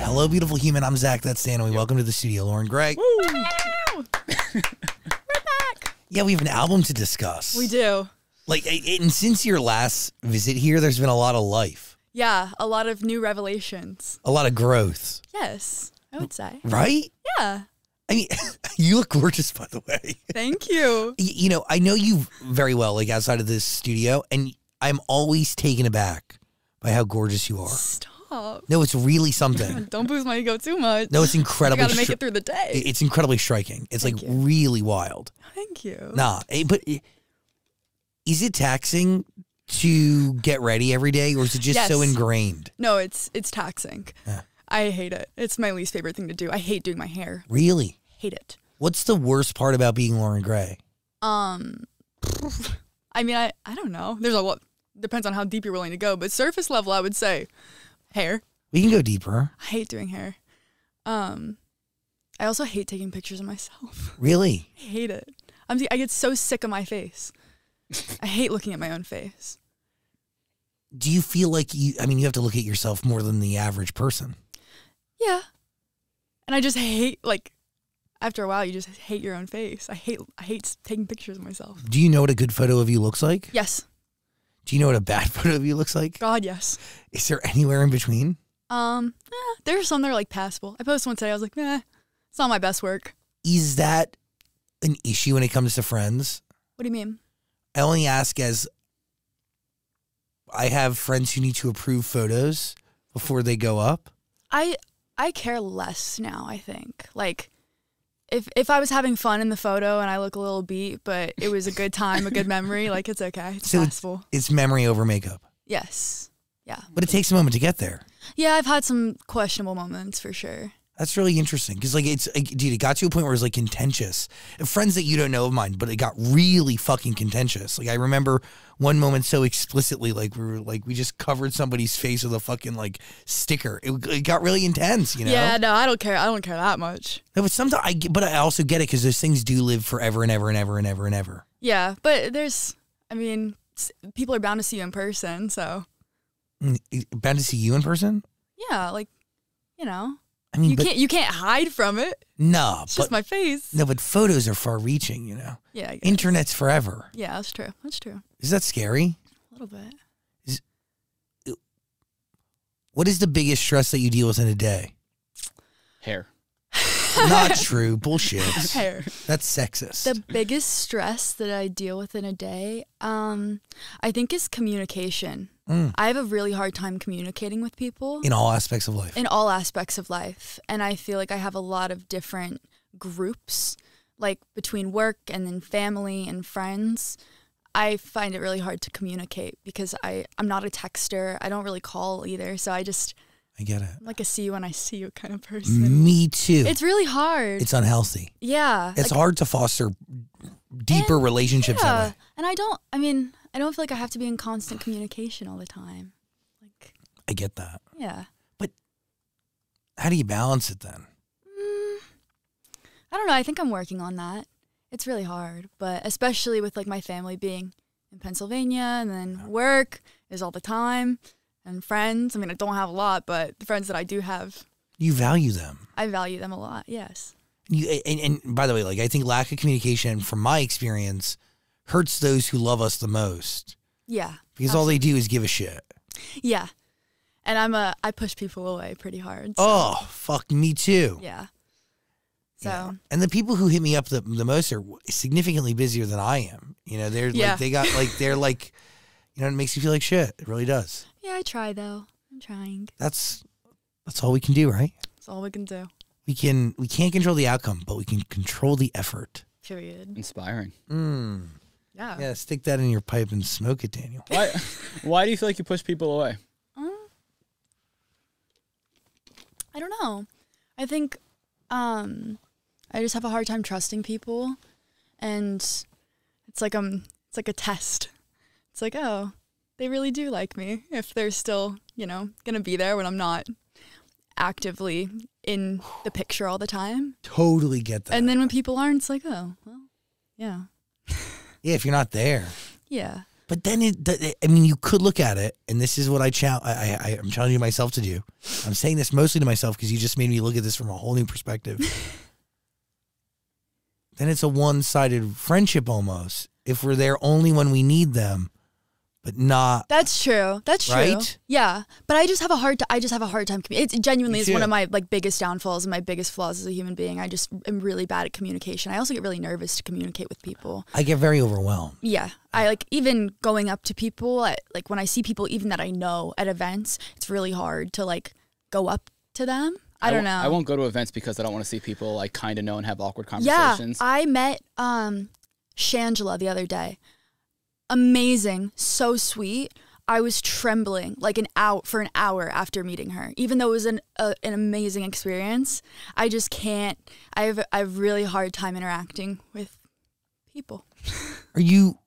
Hello, beautiful human. I'm Zach. That's Dan, and we welcome to the studio, Lauren Gregg. Yeah, we have an album to discuss. We do. Like, a- and since your last visit here, there's been a lot of life, Yeah, a lot of new revelations. a lot of growth, Yes, I would say. right? Yeah. I mean, you look gorgeous, by the way. Thank you. Y- you know, I know you very well, like outside of this studio, and I'm always taken aback by how gorgeous you are. Stop. No, it's really something. Don't boost my ego too much. No, it's I incredibly. gotta make stri- it through the day. it- It's incredibly striking. It's like Thank you. really wild. Thank you. Nah, eh, but eh, is it taxing to get ready every day, or is it just so Yes. ingrained? No, it's it's taxing. Yeah. I hate it. It's my least favorite thing to do. I hate doing my hair. Really? Hate it. What's the worst part about being Lauren Gray? Um, I mean, I I don't know. There's a lot. Depends on how deep you're willing to go, but surface level, I would say, hair. We can go deeper. I hate doing hair. Um, I also hate taking pictures of myself. Really? I hate it. I'm I get so sick of my face. I hate looking at my own face. Do you feel like you? I mean, you have to look at yourself more than the average person. Yeah. And I just hate like after a while you just hate your own face. I hate I hate s- taking pictures of myself. Do you know what a good photo of you looks like? Yes. Do you know what a bad photo of you looks like? God, yes. Is there anywhere in between? Um eh, there's some that are like passable. I posted one today. I was like, "Nah, it's not my best work." Is that an issue when it comes to friends? What do you mean? I only ask as I have friends who need to approve photos before they go up. I I care less now, I think. Like if if I was having fun in the photo and I look a little beat, but it was a good time, a good memory, like it's okay. It's So- passable. It's memory over makeup, Yes. Yeah. but it takes a moment to get there. Yeah, I've had some questionable moments for sure. That's really interesting because, like, it's like, dude, it got to a point where it was like contentious. Friends that you don't know of mine, but it got really fucking contentious. Like, I remember one moment so explicitly, like we were like we just covered somebody's face with a fucking like sticker. It, it got really intense, you know. Yeah, no, I don't care. I don't care that much. No, But sometimes I, get- but I also get it because those things do live forever and ever and ever and ever and ever. Yeah, but there's, I mean, s- people are bound to see you in person, so Mm, Bound to see you in person. yeah, like, you know, I mean, you Mm, but can't you can't hide from it. no, It's but just my face. no, but photos are far-reaching. You know, Yeah, I guess. internet's forever. yeah, that's true. That's true. Is that scary? A little bit. What is the biggest stress that you deal with in a day? hair. Not true. Bullshit. Hair. That's sexist. The biggest stress that I deal with in a day, um, I think, is communication. Mm. I have a really hard time communicating with people. in all aspects of life. in all aspects of life and i feel like i have a lot of different groups like between work and then family and friends i find it really hard to communicate because i i'm not a texter i don't really call either so i just I get it. I'm like a see you when i see you kind of person Me too. It's, it's really hard unhealthy. yeah It's like- hard to foster deeper And- relationships yeah. that way. and i don't i mean i don't feel like i have to be in constant communication all the time like I get that. yeah How do you balance it then? I don't know. I think I'm working on that. It's really hard, but especially with like my family being in Pennsylvania and then work is all the time and friends. I mean, I don't have a lot, but the friends that I do have, You value them. I value them a lot. Yes. You and, and by the way, like I think lack of communication from my experience hurts those who love us the most Yeah. because all they do is give a shit. Yeah. And I'm a I push people away pretty hard. so- Oh, fuck me too. Yeah. So And the people who hit me up the, the most are significantly busier than I am. You know, they're Yeah. like they got like they're like, you know, it makes you feel like shit. It really does. yeah, I try though. I'm trying. That's that's all we can do, right? That's all we can do. We can we can't control the outcome, but we can control the effort. Period. Inspiring. Mm. Yeah. Yeah, stick that in your pipe and smoke it, Daniel. Why, why do you feel like you push people away? Um, I don't know. I think um, I just have a hard time trusting people, and it's like um, it's like a test. It's like oh, they really do like me if they're still you know gonna be there when I'm not actively in the picture all the time. Totally get that. And then when people aren't, it's like oh, well, yeah, yeah, if you're not there. yeah, But then it, th- it- I mean, you could look at it, and this is what I chal- I, I, I- I'm challenging myself to do. I'm saying this mostly to myself because you just made me look at this from a whole new perspective. then it's a one-sided friendship almost. If we're there only when we need them, but not That's true. That's true. Right? Yeah, but I just have a hard. T- I just have a hard time. Commu- it genuinely Me is one too. of my like biggest downfalls and my biggest flaws as a human being. I just am really bad at communication. I also get really nervous to communicate with people. I get very overwhelmed. Yeah, I like even going up to people. I, like when I see people, even that I know at events, it's really hard to like go up to them. I, don't won't- know. I won't go to events because I don't want to see people like kind of know and have awkward Yeah, conversations. I met um Shangela the other day. Amazing, so sweet. I was trembling like an hour for an hour after meeting her, even though it was an a, an amazing experience. I just can't. I have I have really hard time interacting with people. Are you?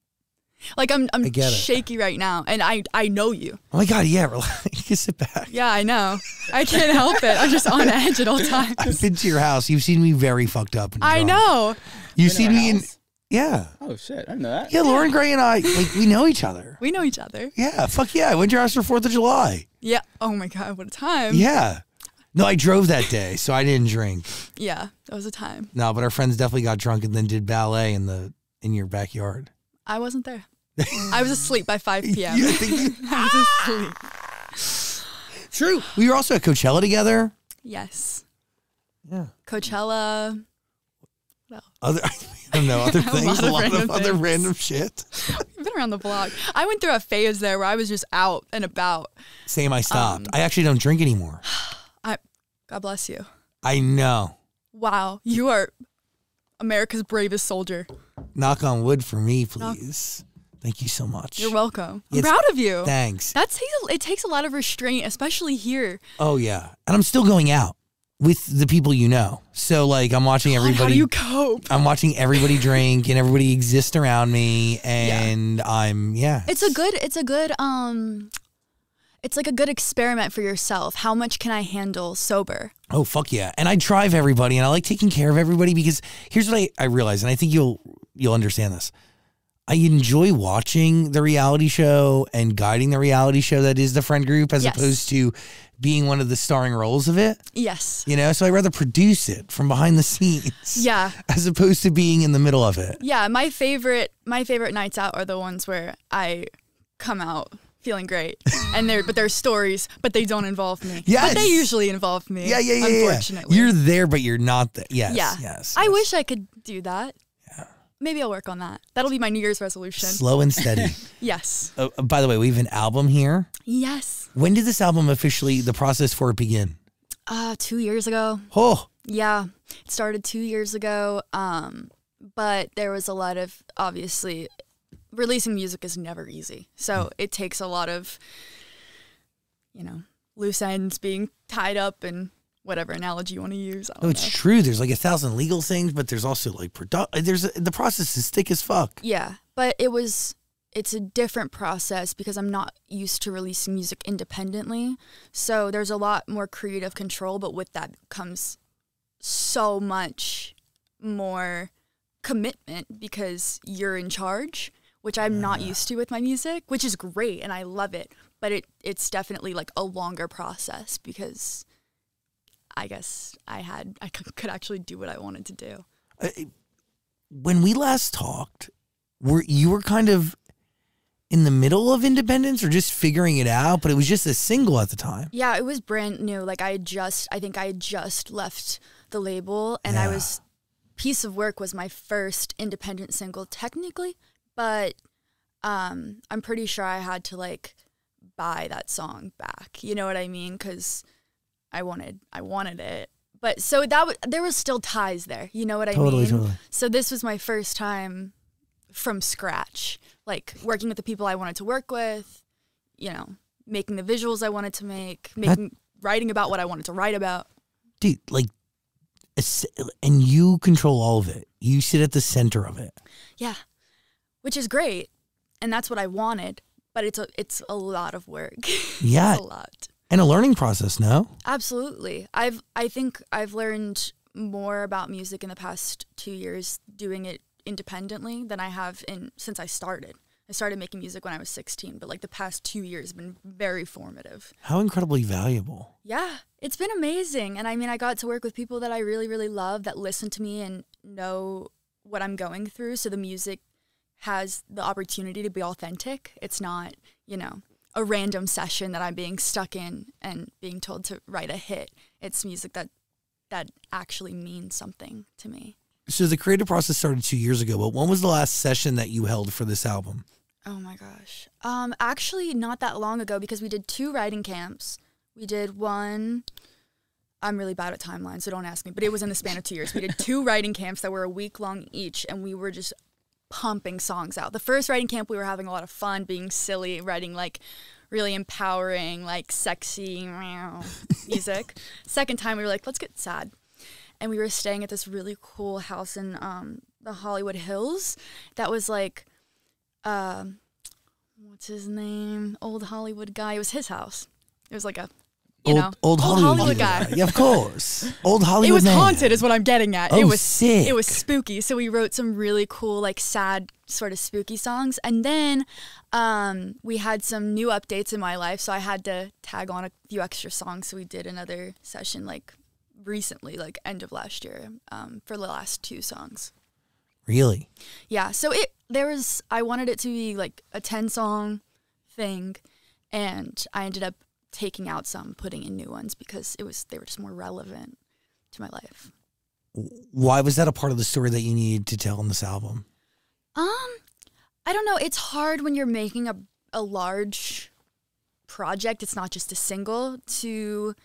Like I'm I'm I get it. shaky right now, and I I know you. Oh my god, yeah. Relax. you can sit back. Yeah, I know. I can't help it. I'm just on edge at all I've times. been to your house. You've seen me very fucked up. And I drunk. know. You've Been seen in our me in. house? Yeah. Oh shit! I didn't know that. Yeah, Lauren Gray and I, like, we know each other. We know each other. Yeah, fuck yeah. I went to your house for 4th of July. Yeah. Oh my god, what a time. Yeah. No, I drove that day, so I didn't drink. Yeah, that was a time. No, but our friends definitely got drunk and then did ballet in the in your backyard. I wasn't there. I was asleep by 5 p.m. Yeah, I think I was asleep. True. We were also at Coachella together. Yes. Yeah. Coachella. Other I don't know, other things, a lot of, random other things. random shit. I've been around the block. I went through a phase there where I was just out and about. Same I stopped. Um, I actually don't drink anymore. I, God bless you. I know. Wow. You are America's bravest soldier. Knock on wood for me, please. Thank you so much. You're welcome. I'm It's- proud of you. That, Thanks. takes a, it takes a lot of restraint, especially here. Oh yeah. And I'm still going out with the people you know. So like I'm watching God, everybody how do you cope? I'm watching everybody drink and everybody exist around me, and I'm yeah. It's a good it's a good um it's like a good experiment for yourself. How much can I handle sober? oh fuck yeah! And I drive everybody, and I like taking care of everybody because here's what I I realize, and I think you'll you'll understand this. I enjoy watching the reality show and guiding the reality show that is the friend group, as Yes. opposed to being one of the starring roles of it. Yes. You know, so I rather produce it from behind the scenes, Yeah. as opposed to being in the middle of it. Yeah, my favorite my favorite nights out are the ones where I come out feeling great, and they're but they're stories, but they don't involve me. but they Yes. usually involve me. Yeah, yeah, yeah, yeah. Unfortunately, You're there, but you're not there. Yes, yeah. yes. I yes. wish I could do that. Maybe I'll work on that. That'll be my New Year's resolution. slow and steady. Yes. Uh, uh, by the way, we have an album here. Yes. When did this album officially, the process for it begin? Uh, two years ago. Oh, Yeah, it started two years ago. Um, but there was a lot of obviously releasing music is never easy, so it takes a lot of you know loose ends being tied up and whatever analogy you want to use. I Oh, no, don't it's know. true. There's like a thousand legal things, but there's also like product. There's a, the process is thick as fuck. Yeah, but it was it's a different process because I'm not used to releasing music independently. So there's a lot more creative control, but with that comes so much more commitment because you're in charge, which I'm not used to with my music, which is great and I love it, but it it's definitely like a longer process because I guess I had I c- could actually do what I wanted to do. Uh, When we last talked, were you were kind of in the middle of Independence or just figuring it out, but it was just a single at the time. Yeah, it was brand new. Like I had just, I think I had just left the label, and I Yeah. was piece of work was my first independent single technically, but um, I'm pretty sure I had to like buy that song back. You know what I mean? Because I wanted, I wanted it. But so that w- there was still ties there. You know what I Totally, mean? totally. So this was my first time from scratch, like working with the people I wanted to work with, you know, making the visuals I wanted to make, making writing about what I wanted to write about. Dude, like, it's- and you control all of it. You sit at the center of it. Yeah. Which is great. And that's what I wanted, but it's a it's a lot of work. Yeah. it's a lot. And a learning process, no? Absolutely. I've I think I've learned more about music in the past 2 years doing it independently than I have in since I started. I started making music when I was 16, but like the past 2 years have been very formative. How incredibly valuable. Yeah, it's been amazing. And I mean, I got to work with people that I really, really love that listen to me and know what I'm going through. So the music has the opportunity to be authentic. It's not, you know, a random session that I'm being stuck in and being told to write a hit. It's music that that actually means something to me. So the creative process started two years ago, but when was the last session that you held for this album? Oh my gosh. Um actually not that long ago because we did two writing camps. We did one I'm really bad at timelines, so don't ask me, but it was in the span of 2 years. We did two writing camps that were a week long each and we were just pumping songs out. The first writing camp we were having a lot of fun being silly, writing like really empowering, like sexy meow, music. Second time we were like, let's get sad and we were staying at this really cool house in um, the Hollywood Hills that was like, um what's his name? Old Hollywood guy. It was his house. It was like a, you old, know, old Hollywood, guy. Yeah, of course. Old Hollywood. It was man. haunted, is what I'm getting at. it Oh, was sick. It was spooky. So we wrote some really cool, like sad, sort of spooky songs, and then um, we had some new updates in my life. So I had to tag on a few extra songs. So we did another session, like recently, like end of last year, um, for the last two songs. Really? Yeah. So it there was I wanted it to be like a ten song thing, and I ended up taking out some, putting in new ones because it was they were just more relevant to my life. Why was that a part of the story that you needed to tell in this album? Um, I don't know. It's hard when you're making a a large project. It's not just a single to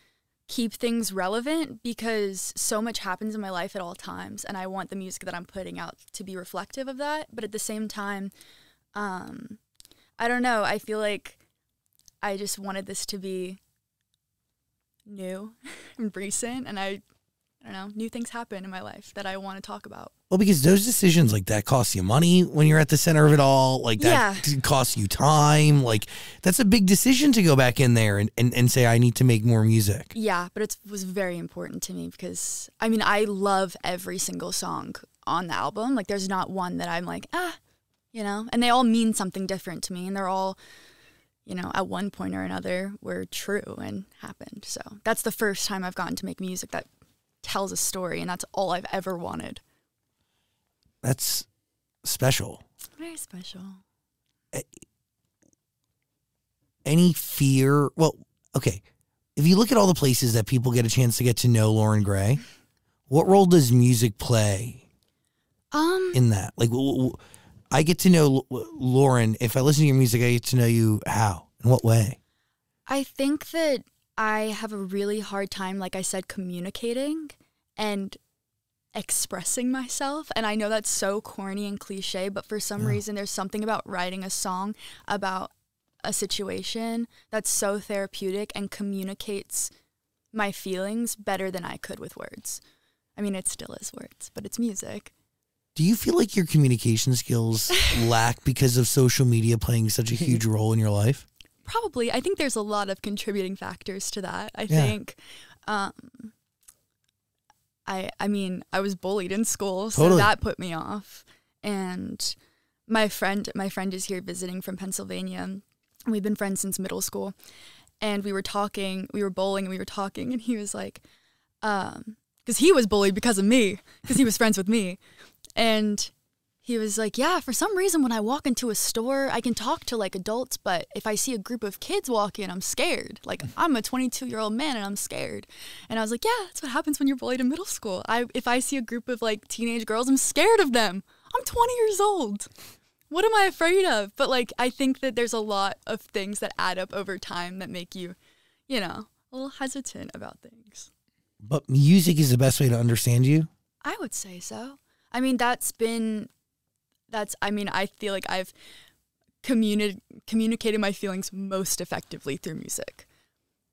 keep things relevant because so much happens in my life at all times, and I want the music that I'm putting out to be reflective of that. But at the same time, um, I don't know. I feel like I just wanted this to be new and recent, and I. I don't know. New things happen in my life that I want to talk about. Well, because those decisions like that cost you money when you're at the center of it all. Like that costs you time. Like that's a big decision to go back in there and, and, and say, I need to make more music. Yeah, but it was very important to me because I mean I love every single song on the album. Like there's not one that I'm like ah, you know, and they all mean something different to me, and they're all, you know, at one point or another were true and happened. So that's the first time I've gotten to make music that tells a story, and that's all I've ever wanted. That's special. Very special. Any fear? Well, okay. If you look at all the places that people get a chance to get to know Lauren Gray, what role does music play Um, in that? Like, w- w- I get to know L- Lauren. If I listen to your music, I get to know you how? In what way? I think that I have a really hard time, like I said, communicating and expressing myself. And I know that's so corny and cliche, but for some reason, there's something about writing a song about a situation that's so therapeutic and communicates my feelings better than I could with words. I mean, it still is words, but it's music. Do you feel like your communication skills lack because of social media playing such a huge role in your life? probably i think there's a lot of contributing factors to that i Yeah. think um i i mean i was bullied in school so Totally. that put me off and my friend my friend is here visiting from pennsylvania and we've been friends since middle school and we were talking we were bowling and we were talking and he was like um because he was bullied because of me because he was friends with me and he was like, Yeah, for some reason, when I walk into a store, I can talk to like adults, but if I see a group of kids walk in, I'm scared. Like, I'm a 22 year old man and I'm scared. And I was like, Yeah, that's what happens when you're bullied in middle school. I, if I see a group of like teenage girls, I'm scared of them. I'm 20 years old. What am I afraid of? But like, I think that there's a lot of things that add up over time that make you, you know, a little hesitant about things. But music is the best way to understand you. I would say so. I mean, that's been that's I mean, I feel like I've communi- communicated my feelings most effectively through music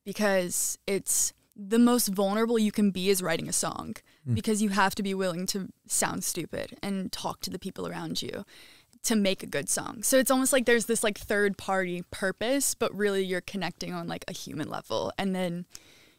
because it's the most vulnerable you can be is writing a song Hmm. because you have to be willing to sound stupid and talk to the people around you to make a good song. So it's almost like there's this like third party purpose, but really you're connecting on like a human level and then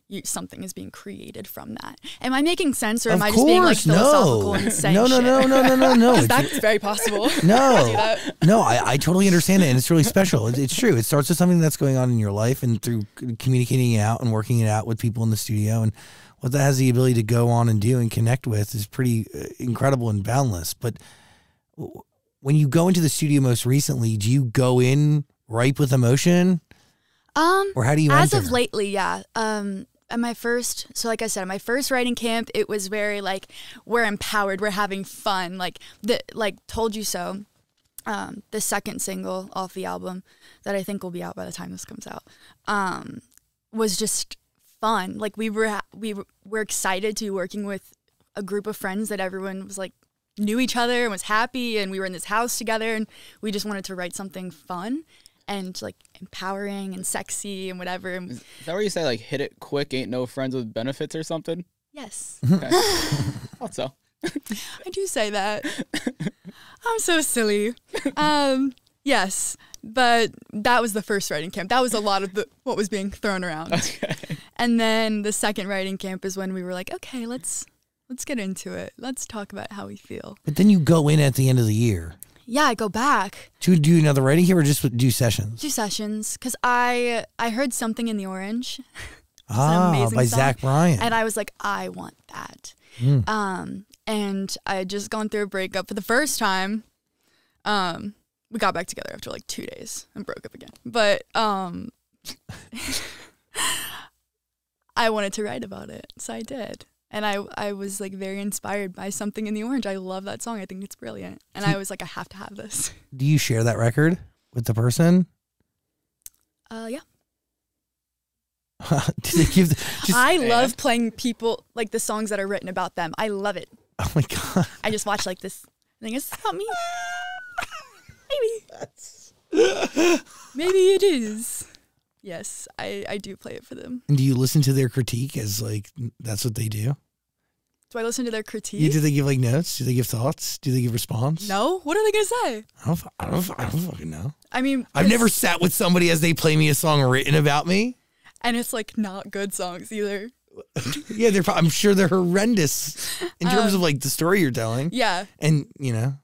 you, something is being created from that. Am I making sense or am I just being like philosophical no. and saying no, no, shit? no, no, no, no, no. It's- That's very possible. No, no, I, I totally understand it, and it's really special. It, it's true. It starts with something that's going on in your life, and through c- communicating it out and working it out with people in the studio, and what that has the ability to go on and do and connect with is pretty uh, incredible and boundless. But w- when you go into the studio most recently, do you go in ripe with emotion, Um, or how do you as enter? of lately, yeah. Um, at my first, so like I said, at my first writing camp, it was very like we're empowered, we're having fun, like the like told you so. Um, the second single off the album that I think will be out by the time this comes out, um, was just fun. Like we were we were- were excited to be working with a group of friends that everyone was like knew each other and was happy, and we were in this house together, and we just wanted to write something fun and like empowering and sexy and whatever. And Is that where you say like hit it quick? Ain't no friends with benefits or something? yes, Okay. Thought so. I do say that. I'm so silly. Um, yes, but that was the first writing camp. That was a lot of the what was being thrown around. Okay. And then the second writing camp is when we were like, okay, let's let's get into it. Let's talk about how we feel. But then you go in at the end of the year Yeah, I go back to do another writing here, or just do sessions. two sessions because I I heard something in the orange ah, amazing by song. Zach Bryan. Hmm. and I was like, I want that. Um, and I had just gone through a breakup for the first time. Um, we got back together after like two days and broke up again. But um, I wanted to write about it, so I did. And I, I was like very inspired by something in the orange. I love that song. I think it's brilliant. And I was like, I have to have this. do you share that record with the person? Uh, yeah. do they give? Just, I love playing people like the songs that are written about them. I love it. oh my god. I just watch like this. I think it's about me. Maybe. Maybe it is. Yes, I, I do play it for them. And do you listen to their critique as like that's what they do? Do I listen to their critique? Yeah, do they give like notes? Do they give thoughts? Do they give response? no. What are they gonna say? I don't, fu- I don't, fu- I don't fucking know. I mean, I've never it's- sat with somebody as they play me a song written about me. and it's like not good songs either. Yeah, they're. pro- I'm sure they're horrendous in terms of like the story you're telling. Yeah, And you know,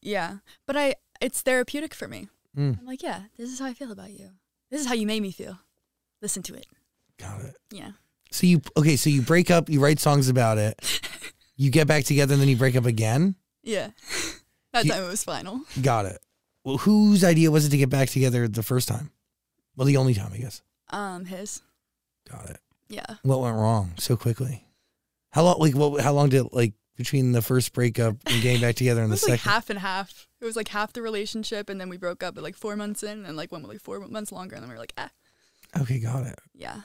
yeah. But I, it's therapeutic for me. Mm. I'm like, yeah, this is how I feel about you. This is how you made me feel. Listen to it. got it. Yeah. So you okay? So you break up. You write songs about it. You get back together, and then you break up again. Yeah. that You- time it was final. Got it. Well, whose idea was it to get back together the first time? Well, the only time, I guess. Um, his. Got it. Yeah. What went wrong so quickly? How long? Like, what? How long did like between the first breakup and getting back together It and the was like second? half and half. It was like half the relationship, and then we broke up at like four months in, and then like went with like four months longer, and then we were like, ah, okay, got it. yeah,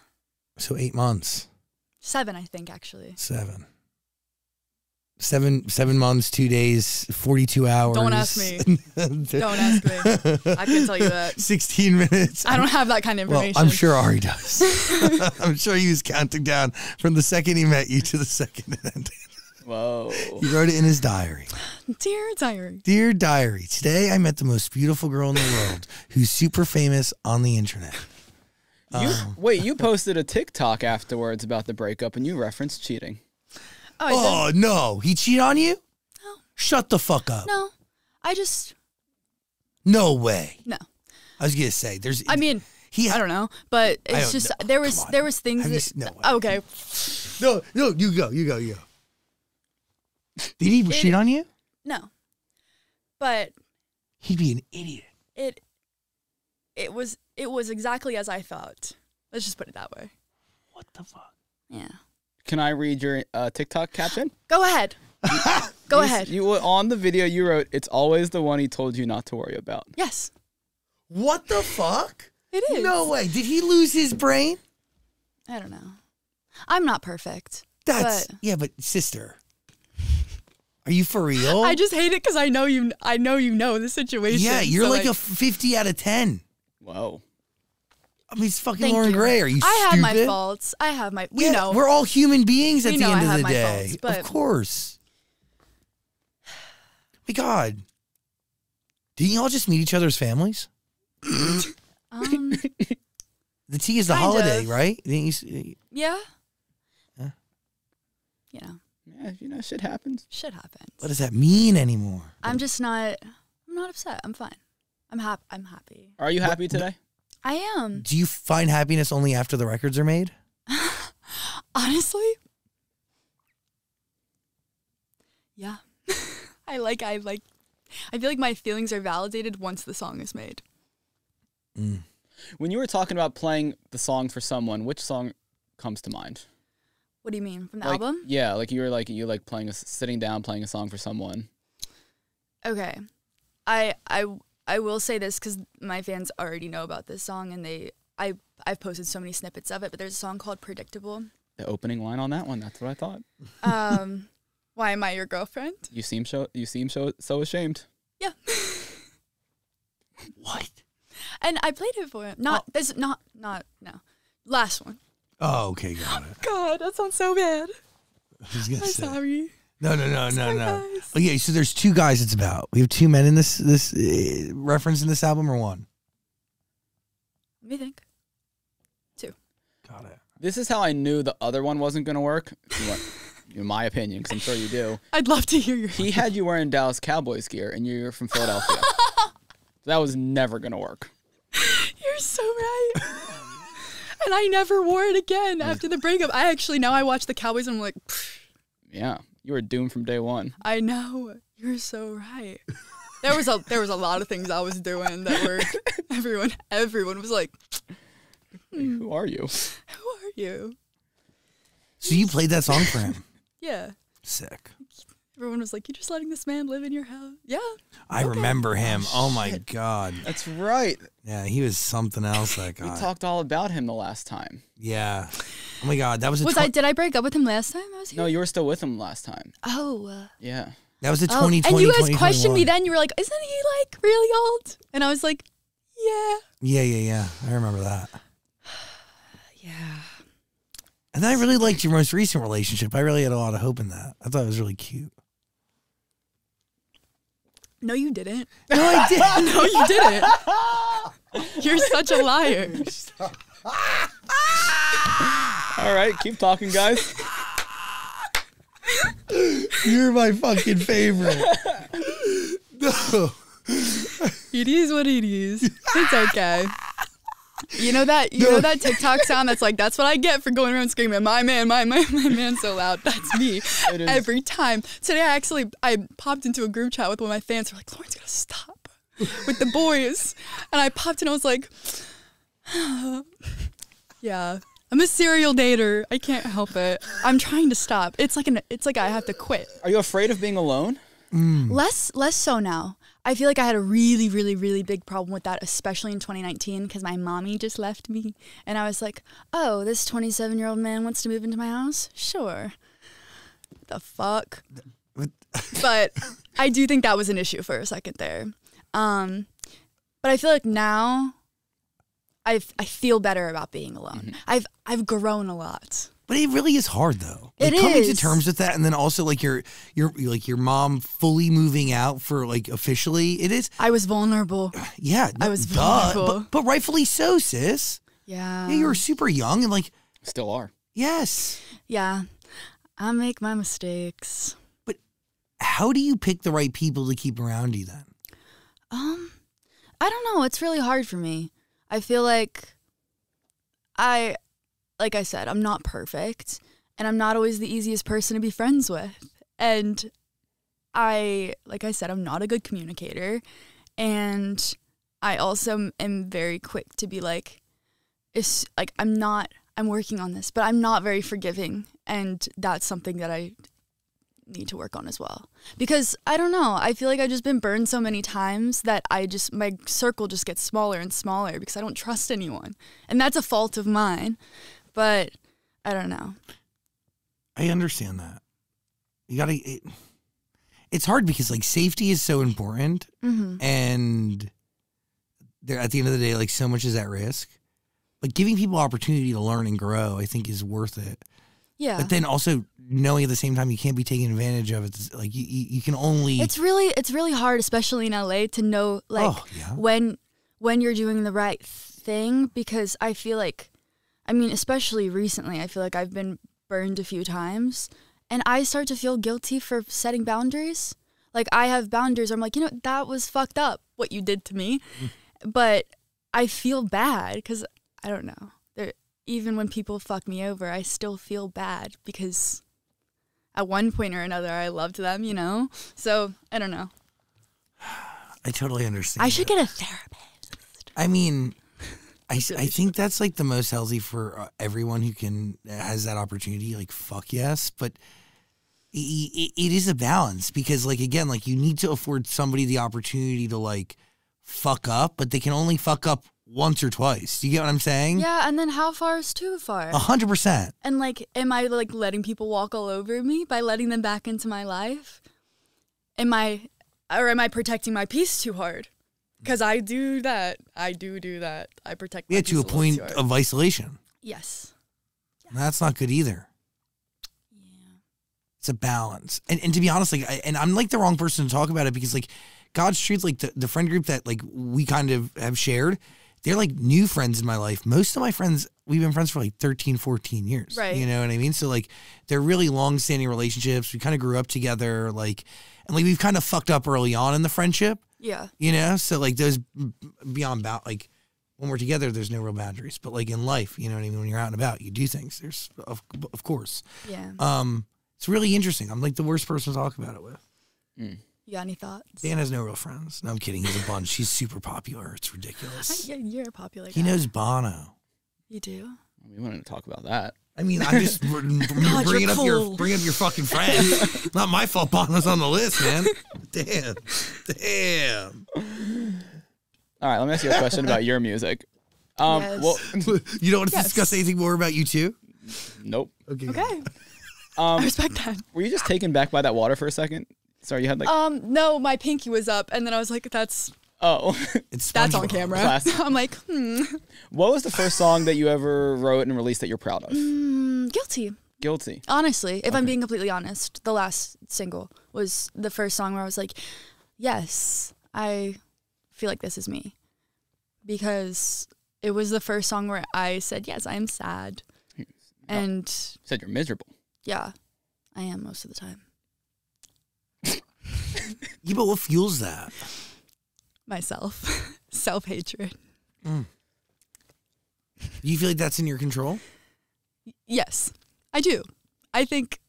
So eight months, seven, I think actually. seven, seven, seven months, two days, forty-two hours. Don't ask me. Don't ask me. I can tell you that. Sixteen minutes. I don't have that kind of Well, information. I'm sure Ari does. I'm sure he was counting down from the second he met you to the second it ended. Whoa. He wrote it in his diary. Dear diary. Dear diary, today I met the most beautiful girl in the world who's super famous on the internet. You, wait, you posted a TikTok afterwards about the breakup and you referenced cheating. Oh, I said- Oh no, he cheated on you? No. Shut the fuck up. no, I just No way. no. I was gonna say there's. I mean, he. I don't know, but I it's don't just know. there Come was on. there was things Have you that s- no way. okay. No, no, you go, you go, you go. Did he cheat on you? No. But He'd be an idiot. it it was it was exactly as I thought. Let's just put it that way. What the fuck? Yeah. Can I read your uh, TikTok caption? Go ahead. Go You s- ahead. You were on the video. You wrote, "It's always the one he told you not to worry about." yes. What the fuck? It is. No way. Did he lose his brain? I don't know. I'm not perfect. That's But- yeah, but sister, are you for real? I just hate it because I know you. I know you know the situation. yeah, you're so, like, a fifty out of ten. Whoa. I mean, it's fucking Thank Lauren you. Gray. Are you? I have my stupid? faults. I have my. We yeah, know. we're all human beings at We the know end I of have the my day. faults, but- Of course. My God, didn't y'all just meet each other's families? um, The tea is the Kind holiday, of. right? Didn't you s- yeah. Huh? You know, Yeah, you know, shit happens. shit happens. What does that mean anymore? I'm just not. I'm not upset. I'm fine. I'm happy. I'm happy. Are you happy today? I am. Do you find happiness only after the records are made? Honestly. Yeah. I like. I like. I feel like my feelings are validated once the song is made. When you were talking about playing the song for someone, which song comes to mind? What do you mean from the Like- album? Yeah, like you were like you like playing a, sitting down playing a song for someone. Okay. I I I will say this cuz my fans already know about this song and they I I've posted so many snippets of it, but there's a song called Predictable. The opening line on that one. That's what I thought. Um Why am I your girlfriend? You seem so you seem so so ashamed. Yeah. What? And I played it for him. Not this not not no. Last one. Oh, okay, got it. God, that sounds so bad. I was gonna I'm say. sorry. No, no, no, no, no. guys. Okay, so there's two guys. It's about we have two men in this this uh, reference in this album, or one. Let me think. Two. Got it. This is how I knew the other one wasn't gonna work. if you want- In my opinion, because I'm sure you do. I'd love to hear your He had you wearing Dallas Cowboys gear, and you're from Philadelphia. that was never gonna work. You're so right. and I never wore it again after the breakup. I actually now I watch the Cowboys and I'm like "Pfft, Yeah, you were doomed from day one. I know. You're so right. There was a there was a lot of things I was doing that were everyone everyone was like, Who are you? "Who are you?" So you played that song for him. Yeah. Sick. Everyone was like, "You just letting this man live in your house?" Yeah. I remember him. Oh my god. That's right. Yeah, he was something else. That We guy. talked all about him the last time. yeah. Oh my god, that was a Was twen- I did I break up with him last time I was here? No, you were still with him last time. Oh. uh, Yeah. that was a oh. 2020. And you guys questioned me 2021. then. You were like, "Isn't he like really old?" And I was like, "Yeah." Yeah, yeah, yeah. I remember that. Yeah. And I really liked your most recent relationship. I really had a lot of hope in that. I thought it was really cute. No, you didn't. No, I did. No, you didn't. You're such a liar. All right, keep talking, guys. You're my fucking favorite. No. It is what it is. It's okay. You know that you know that TikTok sound that's like that's what I get for going around screaming my man my man my man so loud that's me It is. every time. Today I actually I popped into a group chat with one of my fans. We're like, Lauren's gotta stop with the boys, and I popped in. I was like, Yeah, I'm a serial dater. I can't help it. I'm trying to stop. It's like an it's like I have to quit. Are you afraid of being alone? Less less so now. I feel like I had a really really really big problem with that especially in 2019 cuz my mommy just left me and I was like, "Oh, this 27-year-old man wants to move into my house? Sure." The fuck. but I do think that was an issue for a second there. Um but I feel like now I I feel better about being alone. I've I've grown a lot. But it really is hard though. Like It coming to is. terms with that and then also like your your like your mom fully moving out for like officially it is I was vulnerable. yeah. I was duh, vulnerable. Um, but, but rightfully so, sis. Yeah. Yeah, you were super young and like Still are. yes. Yeah. I make my mistakes. How do you pick the right people to keep around you then? Um, I don't know. It's really hard for me. I feel like I, like I said, I'm not perfect and I'm not always the easiest person to be friends with. And I, like I said, I'm not a good communicator. And I also am very quick to be like, it's like, I'm not, I'm working on this, but I'm not very forgiving. And that's something that I need to work on as well. Because I don't know, I feel like I've just been burned so many times that I just, my circle just gets smaller and smaller because I don't trust anyone. And that's a fault of mine. But I don't know. I understand that. You gotta. It, it's hard because like safety is so important, Mhm. and there at the end of the day, like so much is at risk. But giving people opportunity to learn and grow, I think, is worth it. Yeah. But then also knowing at the same time you can't be taken advantage of. It's like you, you, you can only. It's really it's really hard, especially in LA, to know like Oh, yeah. when when you're doing the right thing because I feel like I mean, especially recently, I feel like I've been burned a few times and I start to feel guilty for setting boundaries. Like I have boundaries. I'm like, you know, that was fucked up what you did to me. Mm. But I feel bad cuz I don't know. There even when people fuck me over, I still feel bad because at one point or another I loved them, you know? So, I don't know. I totally understand. I should get a therapist. I mean, I, s- I think that's like the most healthy for uh, everyone who can has that opportunity. Like fuck yes, but i i it is a balance because like again, like you need to afford somebody the opportunity to like fuck up, but they can only fuck up once or twice. Do you get what I'm saying? Yeah, and then how far is too far? A hundred percent. And like, am I like letting people walk all over me by letting them back into my life? Am I, or am I protecting my peace too hard? Because I do that. I do do that. I protect. my Yeah, to peace a little point too hard. of isolation. yes. That's not good either. It's a balance. And, and to be honest, like, I, and I'm like the wrong person to talk about it because, like, God's truth, like the, the friend group that like we kind of have shared, they're like new friends in my life. Most of my friends, we've been friends for like 13, 14 years. Right. You know what I mean? So, like, they're really long standing relationships. We kind of grew up together. Like, and like we've kind of fucked up early on in the friendship, Yeah. you know? So, like, those b- beyond bound, like, when we're together, there's no real boundaries. But like in life, you know what I mean? When you're out and about, you do things. There's, of, of course. Yeah. Um, it's really interesting. I'm like the worst person to talk about it with. You got any thoughts? Dan has no real friends. No, I'm kidding. He's a bunch. He's super popular. It's I, ridiculous. yeah, you're a popular. He guy. knows Bono. You do. We wanted to talk about that. I mean, I'm just br- br- God, bringing you're up cool. your bring up your fucking friends. Not my fault. Bono's on the list, man. Damn, damn. All right, let me ask you a question about your music. Um, Yes. Well, You don't want to Yes. discuss anything more about you too? nope. Okay. I Um, respect that. were you just taken back by that water for a second? Sorry, you had like Um, no, my pinky was up, and then I was like, "That's oh. It's that's on SpongeBob. camera." Classic. I'm like, hmm, what was the first song that you ever wrote and released that you're proud of? mm, guilty. Guilty. Honestly, if I'm being completely honest, the last single was the first song where I was like, yes, I feel like this is me. Because it was the first song where I said, yes, I am sad. And said you're miserable. yeah, I am most of the time. Yeah, but what fuels that? Myself, self hatred. Do you feel like that's in your control? Yes, I do. I think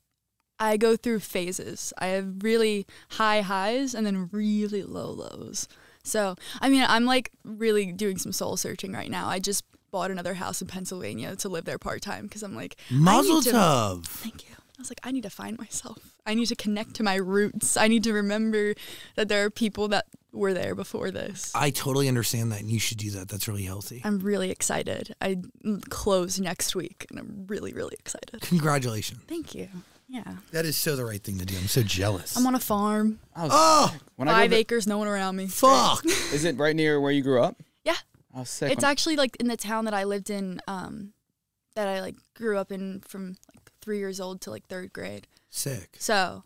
I go through phases. I have really high highs and then really low lows. So, I mean, I'm like really doing some soul searching right now. I just bought another house in Pennsylvania to live there part time because I'm like, I need Mazel to- tov. Thank you. I was like, I need to find myself. I need to connect to my roots. I need to remember that there are people that were there before this. I totally understand that, and you should do that. That's really healthy. I'm really excited. I close next week and I'm really, really excited. Congratulations. Thank you. Yeah. That is so the right thing to do. I'm so jealous. I'm on a farm, I was, oh, when I five go vi- acres, no one around me. fuck. is it right near where you grew up? Yeah, I was sick. it's when- actually like in the town that I lived in, um, that I like grew up in from like three years old to like third grade. Sick. So,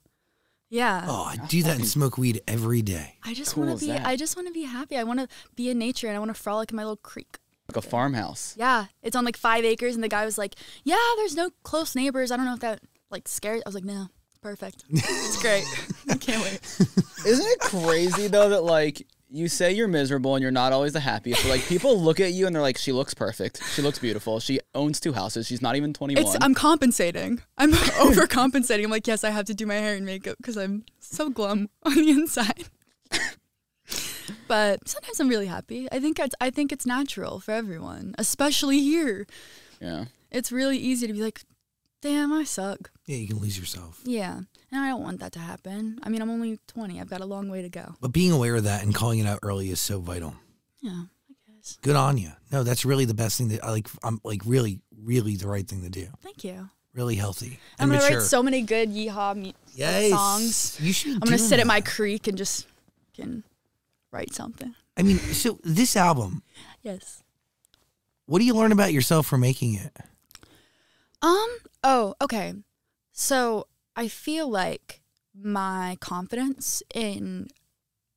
yeah, Oh, I do that and smoke weed every day. I just cool want is to be, that? I just want to be happy. I want to be in nature and I want to frolic in my little creek. like a farmhouse. Yeah, it's on like five acres, and the guy was like, "Yeah, there's no close neighbors. I don't know if that like scares." I was like, "No, perfect. It's great. I can't wait." Isn't it crazy though that like you say you're miserable and you're not always the happiest. But, like people look at you and they're like, she looks perfect. She looks beautiful. She owns two houses. She's not even 21. It's um, I'm compensating. I'm overcompensating. I'm like, yes, I have to do my hair and makeup because I'm so glum on the inside. but sometimes I'm really happy. I think it's, I think it's natural for everyone, especially here. yeah. It's really easy to be like, damn, I suck. Yeah, you can lose yourself. Yeah, and I don't want that to happen. I mean, I'm only 20. I've got a long way to go. But being aware of that and calling it out early is so vital. Yeah, I guess. Good on you. No, that's really the best thing that I like. I'm like really, really the right thing to do. Thank you. Really healthy and I'm gonna mature. write so many good yeehaw mu- yes. songs. You should. I'm gonna do sit at my that. creek and just can write something. I mean, so this album. Yes. What do you learn about yourself from making it? Um, oh, okay. So I feel like my confidence in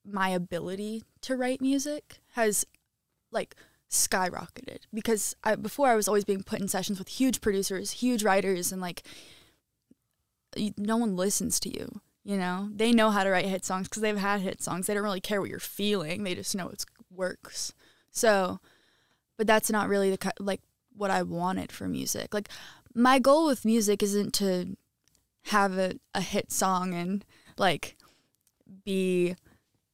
my ability to write music has like skyrocketed because I before I was always being put in sessions with huge producers, huge writers and like you, no one listens to you, you know? They know how to write hit songs cuz they've had hit songs. They don't really care what you're feeling. They just know it works. So but that's not really the ki- like what I wanted for music. Like my goal with music isn't to have a, a hit song and like be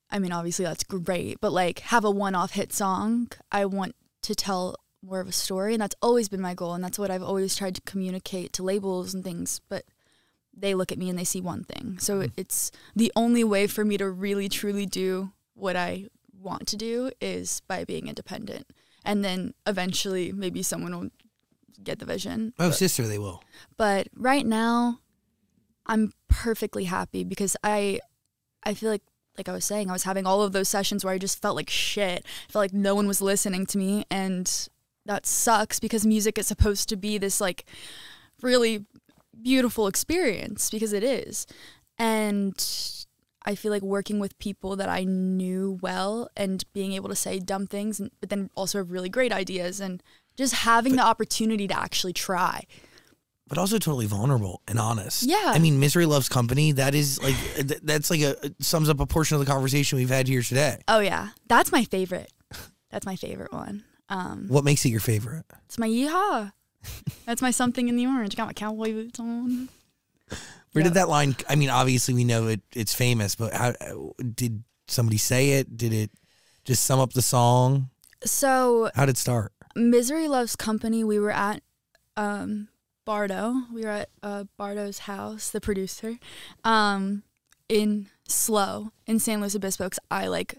I mean obviously that's great, but like have a one-off hit song. I want to tell more of a story and that's always been my goal and that's what I've always tried to communicate to labels and things, but they look at me and they see one thing. So it- it's the only way for me to really truly do what I want to do is by being independent. And then eventually maybe someone will get the vision. Oh, sister, they will. But right now I'm perfectly happy because I I feel like like I was saying, I was having all of those sessions where I just felt like shit. I felt like no one was listening to me and that sucks because music is supposed to be this like really beautiful experience because it is. And I feel like working with people that I knew well and being able to say dumb things, and, but then also have really great ideas and just having the opportunity to actually try. but also totally vulnerable and honest. Yeah. I mean, misery loves company. That is like th- that's like a sums up a portion of the conversation we've had here today. Oh yeah, that's my favorite. That's my favorite one. Um, What makes it your favorite? it's my yeehaw. That's my something in the orange. Got my cowboy boots on. Where did Yeah. that line? I mean, obviously we know it. It's famous, but how did somebody say it? Did it just sum up the song? So How did it start? Misery Loves Company, we were at um, Bardo. We were at uh, Bardo's house, the producer, um, in Slow in San Luis Obispo. 'cause I like,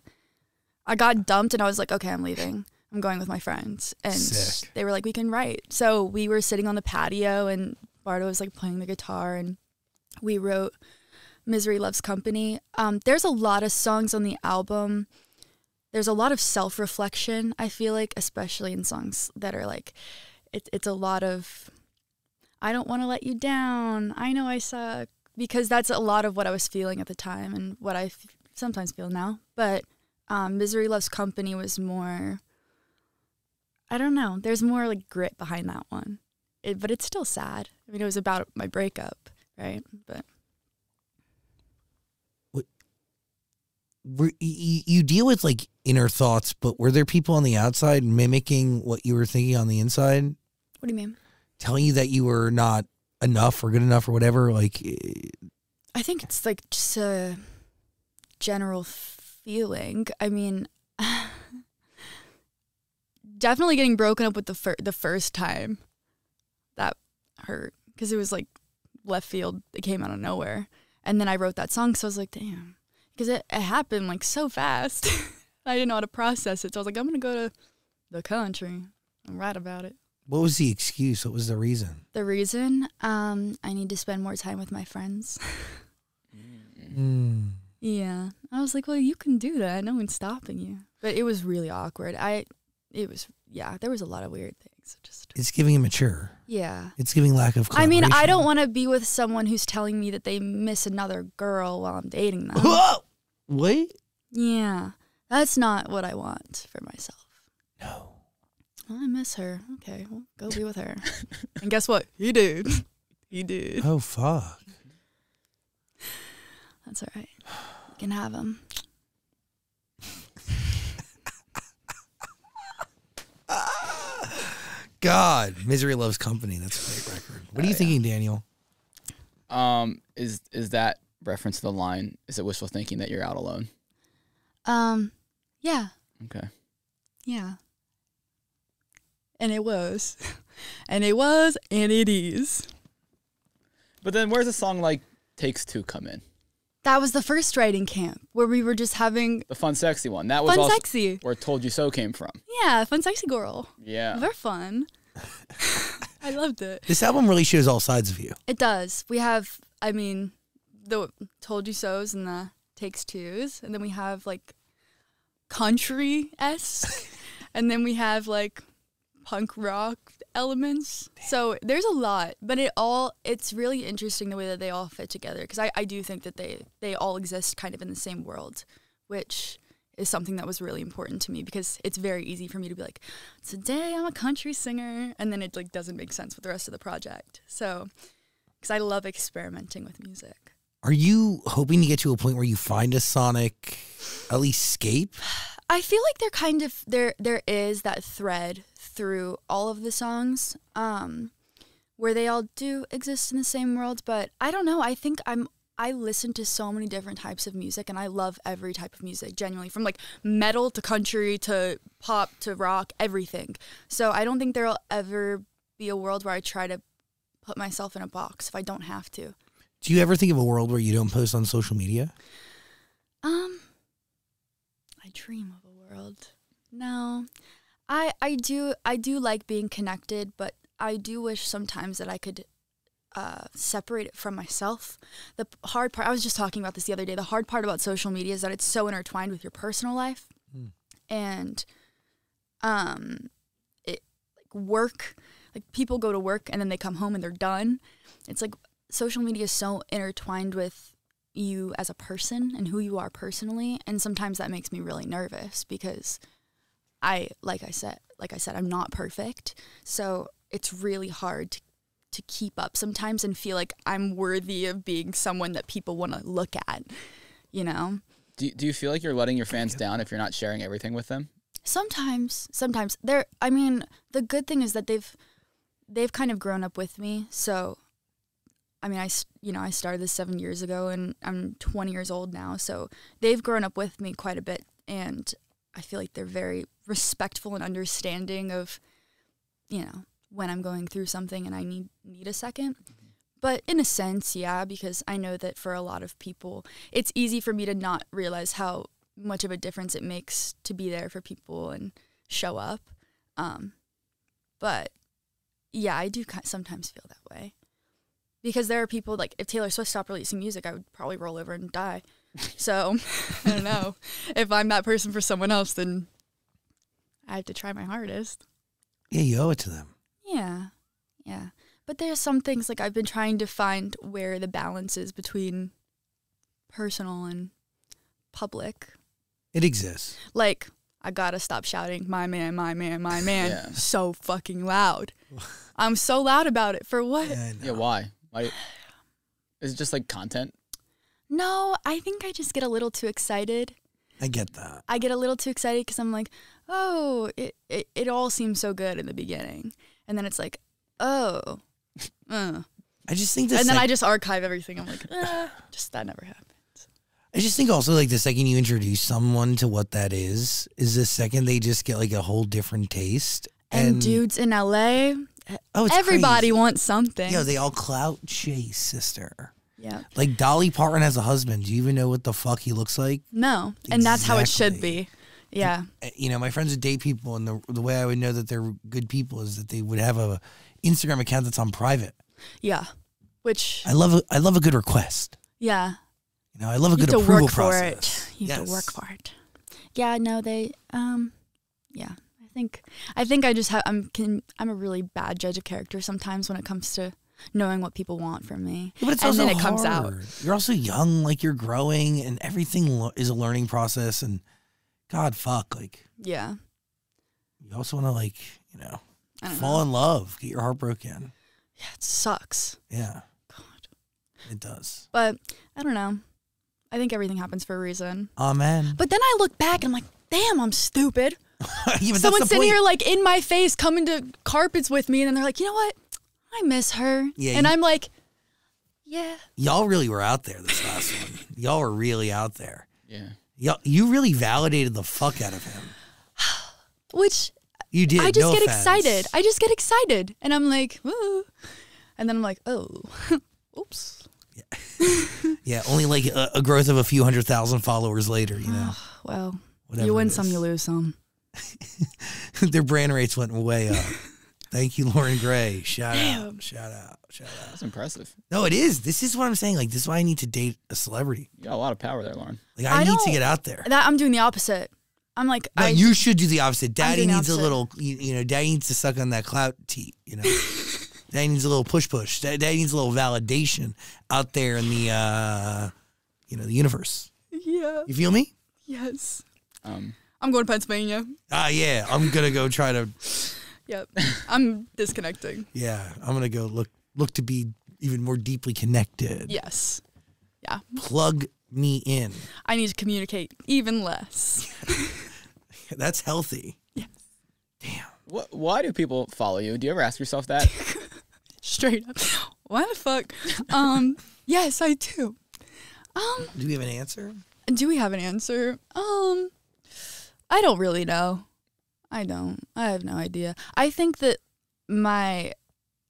I got dumped and I was like, okay, I'm leaving. I'm going with my friends, and Sick. they were like, we can write. So we were sitting on the patio, and Bardo was like playing the guitar, and we wrote Misery Loves Company. Um, there's a lot of songs on the album. There's a lot of self reflection, I feel like, especially in songs that are like, it, it's a lot of, I don't want to let you down. I know I suck. Because that's a lot of what I was feeling at the time and what I f- sometimes feel now. But um, Misery Loves Company was more, I don't know, there's more like grit behind that one. It, but it's still sad. I mean, it was about my breakup, right? But Were, you, you deal with like inner thoughts, but were there people on the outside mimicking what you were thinking on the inside, what do you mean? telling you that you were not enough or good enough or whatever? Like, eh, I think it's like just a general feeling. I mean, definitely getting broken up with the fir- the first time that hurt because it was like left field. It came out of nowhere, and then I wrote that song, so I was like, damn, because it, it happened like so fast. I didn't know how to process it, so I was like, I'm gonna go to the country and write about it. what was the excuse? What was the reason? The reason um, I need to spend more time with my friends. Mm. Yeah. I was like, well, you can do that. No one's stopping you. But it was really awkward. I, it was, yeah, there was a lot of weird things. Just, It's giving immature. yeah. It's giving lack of. I mean, I don't collaboration. want to be with someone who's telling me that they miss another girl while I'm dating them. Whoa! Wait. yeah. That's not what I want for myself. No. Well, I miss her. Okay. Well, go be with her. and guess what? He did. He did. Oh fuck. That's all right. You can have him. God, misery loves company. That's a great record. What are you thinking, Daniel? Um, is is that reference to the line? Is it wishful thinking that you're out alone? Um, yeah, Okay. yeah. And it was, and it was, and it is. But then where's a song like Takes Two come in? That was the first writing camp where we were just having The fun sexy one. That was Fun also Sexy. where Told You So came from. yeah, fun sexy girl. Yeah. They're fun. I loved it. This album really shows all sides of you. It does. We have, I mean, the told you so's and the takes twos, and then we have like country esque, and then we have like punk rock elements. So there's a lot, but it all it's really interesting the way that they all fit together because I, I do think that they they all exist kind of in the same world, which is something that was really important to me because it's very easy for me to be like today I'm a country singer and then it like doesn't make sense with the rest of the project. So because I love experimenting with music. Are you hoping to get to a point where you find a sonic, at least scape? I feel like there kind of there there is that thread through all of the songs um where they all do exist in the same world, but I don't know. I think I'm I listen to so many different types of music and I love every type of music genuinely from like metal to country to pop to rock, everything. So I don't think there'll ever be a world where I try to put myself in a box if I don't have to. Do you ever think of a world where you don't post on social media? Um, I dream of a world. No, I I do I do like being connected, but I do wish sometimes that I could uh, separate it from myself. The p- hard part I was just talking about this the other day. The hard part about social media is that it's so intertwined with your personal life, and um, it like work. Like people go to work and then they come home and they're done. It's like social media is so intertwined with you as a person and who you are personally and sometimes that makes me really nervous because i like i said like i said i'm not perfect so it's really hard to, to keep up sometimes and feel like i'm worthy of being someone that people want to look at you know Do, do you feel like you're letting your fans down if you're not sharing everything with them? sometimes sometimes they're i mean the good thing is that they've they've kind of grown up with me so i mean i s- you know i started this seven years ago and i'm 20 years old now so they've grown up with me quite a bit and i feel like they're very respectful and understanding of you know when i'm going through something and i need need a second but in a sense yeah because i know that for a lot of people it's easy for me to not realize how much of a difference it makes to be there for people and show up um, but yeah i do ki sometimes feel that way because there are people like if taylor swift stopped releasing music i would probably roll over and die so i don't know if i'm that person for someone else then i have to try my hardest Yeah, you owe it to them. yeah. Yeah. But there's some things like I've been trying to find where the balance is between personal and public. It exists. Like, I gotta stop shouting, my man, my man, my man, Yeah. so fucking loud. I'm so loud about it. For what? Yeah, I know. Yeah. Why? Why? Is it just like content? No, I think I just get a little too excited. I get that. I get a little too excited because I'm like, oh, it, it, it all seems so good in the beginning. And then it's like, oh, uh. I just think and the then sec- I just archive everything. I'm like, ah, just that never happened. I just think also like the second you introduce someone to what that is, is the second they just get like a whole different taste. And, dudes in LA, oh, it's everybody crazy. wants something. Yo, they all clout chase, sister. yeah. Like Dolly Parton has a husband. Do you even know what the fuck he looks like? No. And that's how it should Exactly. be. Yeah. Uh, You know, my friends would date people, and the the way I would know that they're good people is that they would have a Instagram account that's on private. Yeah. Which I love a, I love a good request. yeah. You know, I love a You have good to approval work process. for it. You have to Yes. work for it. Yeah, no, they um yeah. I think I think I just have I'm can I'm a really bad judge of character sometimes when it comes to knowing what people want from me. Yeah, but it's and also then it comes out. hard. You're also young, like you're growing, and everything lo- is a learning process. And God, fuck, like Yeah. you also want to like you know I don't fall know. in love, get your heart broken. Yeah, it sucks. Yeah, God. it does. But I don't know. I think everything happens for a reason. Amen. But then I look back and I'm like, damn, I'm stupid. yeah, but Someone's that's the sitting point. here like in my face coming to carpets with me, and then they're like, you know what? I miss her. Yeah, and you- I'm like, yeah. Y'all really were out there this last one. Y'all were really out there. Yeah. Y'all, you really validated the fuck out of him. Which You did. I just no get offense. excited. I just get excited. And I'm like, woo. And then I'm like, oh, oops. Yeah, only like a, a growth of a few hundred thousand followers later, you know. Well, Whatever you win it some, is. you lose some. Their brand rates went way up. Thank you, Lauren Gray. Shout out. Shout out. Shout out. That's impressive. No, it is. This is what I'm saying. Like, this is why I need to date a celebrity. You got a lot of power there, Lauren. Like, I, I need to don't- get out there. That I'm doing the opposite. I'm like, No, I, you should do the opposite. Daddy doing the needs a opposite. little, you, you know, daddy needs to suck on that clout teat, you know. daddy needs a little push push. Daddy, daddy needs a little validation out there in the, uh, you know, the universe. yeah, You feel me? yes. Um, I'm going to Pennsylvania. Ah, yeah. I'm going to go try to, Yep. I'm disconnecting. yeah, I'm going to go look, look to be even more deeply connected. Yes. Yeah. Plug me in. I need to communicate even less. That's healthy. wh- why do people follow you? Do you ever ask yourself that? Straight up. Why the fuck? Um, yes, I do. Um, Do we have an answer? Do we have an answer? Um, I don't really know. I don't. I have no idea. I think that my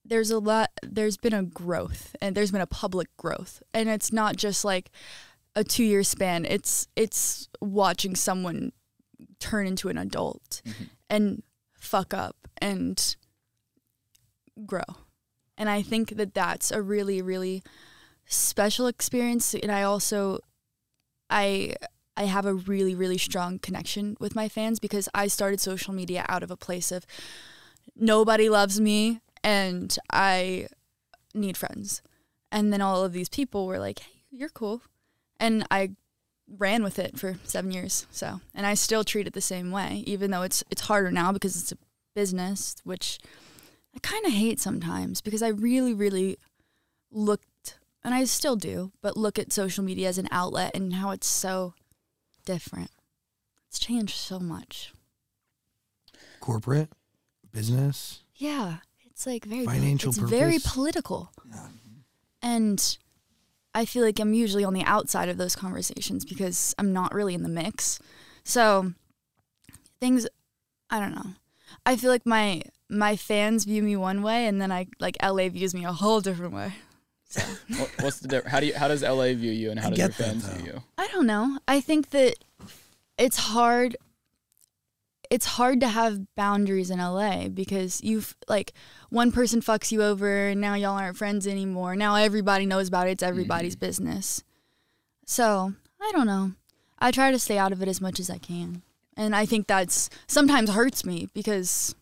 there's a lot. There's been a growth, and there's been a public growth, and it's not just like a two year span. It's it's watching someone turn into an adult and fuck up and grow, and I think that that's a really really special experience. And I also I I have a really really strong connection with my fans because I started social media out of a place of nobody loves me and I need friends. And then all of these people were like, "Hey, you're cool." And I ran with it for 7 years. So, and I still treat it the same way even though it's it's harder now because it's a business which I kind of hate sometimes because I really really looked and I still do, but look at social media as an outlet and how it's so different. It's changed so much. Corporate, business. Yeah, it's like very pol- Financial it's very purpose. political. And I feel like I'm usually on the outside of those conversations because I'm not really in the mix. So things I don't know. I feel like my my fans view me one way and then I like LA views me a whole different way. What, what's the diff- how do you how does LA view you and how I does your get that, fans though. view you? I don't know. I think that it's hard. It's hard to have boundaries in LA because you've like one person fucks you over and now y'all aren't friends anymore. Now everybody knows about it. It's everybody's business. So I don't know. I try to stay out of it as much as I can. And I think that's sometimes hurts me because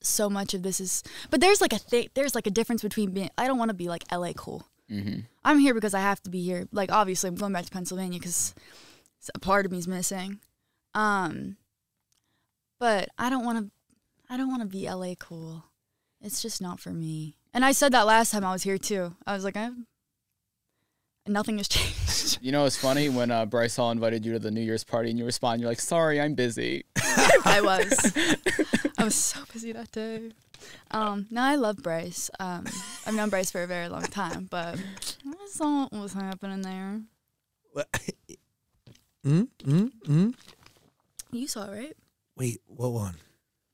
so much of this is, but there's like a th- there's like a difference between being, I don't want to be like LA cool. I'm here because I have to be here. Like obviously, I'm going back to Pennsylvania because a part of me's missing. Um, but I don't want to. I don't want to be LA cool. It's just not for me. And I said that last time I was here too. I was like, I'm. Nothing has changed. You know, it's funny when uh, Bryce Hall invited you to the New Year's party and you respond, you're like, "Sorry, I'm busy." I was. I was so busy that day. Um, no, I love Bryce. Um, I've known Bryce for a very long time, but that's not what's happening there. Mm, mm, mm. You saw, it, right? Wait, what one?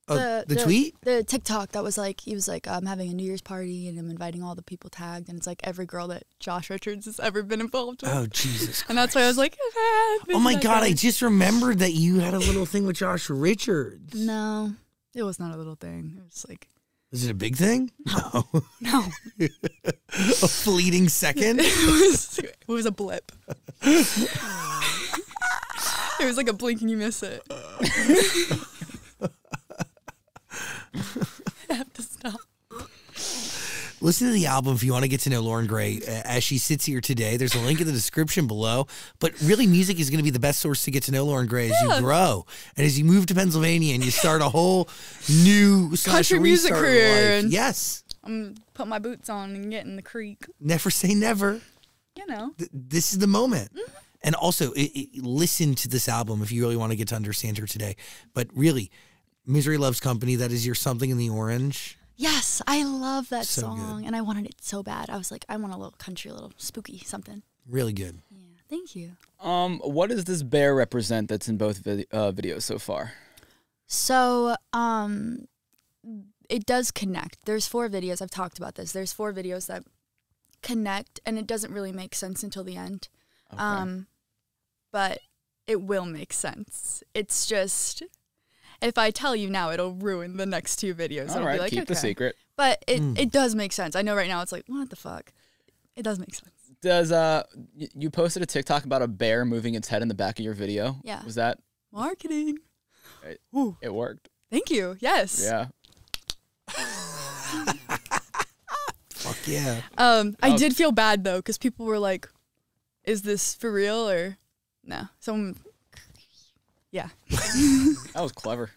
Oh, the, tweet? the TikTok that was like he was like I'm having a New Year's party and I'm inviting all the people tagged and it's like every girl that Josh Richards has ever been involved with Oh, Jesus. and that's why I was like "Ah, Oh, my God. I just remembered that you had a little thing with Josh Richards. no it was not a little thing it was like Is it a big thing? No. no a fleeting second? it was it was a blip it was like a blink and you miss it I have to stop Listen to the album if you want to get to know Lauren Gray uh, as she sits here today. There's a link in the description below. But really, music is going to be the best source to get to know Lauren Gray as you grow and as you move to Pennsylvania and you start a whole new slash Country music restart of career life. and- Yes. I'm gonna put my boots on and get in the creek Never say never. you know Th- this is the moment. And also, it, it, listen to this album if you really want to get to understand her today. But really, Misery Loves Company, that is your something in the orange. Yes, I love that So song, and I wanted it so bad. I was like, I want a little country, a little spooky something. Really good. Yeah, thank you. Um, what does this bear represent that's in both vid- uh, videos so far? So, um, it does connect. There's four videos. I've talked about this. There's four videos that connect, and it doesn't really make sense until the end. Okay. Um, but it will make sense. It's just if I tell you now, it'll ruin the next two videos. all It'll right, be like, keep the "Okay." secret. Hmm. But it it does make sense. I know right now it's like what the fuck. It does make sense. Does uh, y- you posted a TikTok about a bear moving its head in the back of your video? Yeah. was that Marketing. Right. Ooh, it worked? thank you. Yes. Yeah, Fuck yeah. Um, I Oh. did feel bad though because people were like, "Is this for real or no?" Someone. Yeah. that was clever.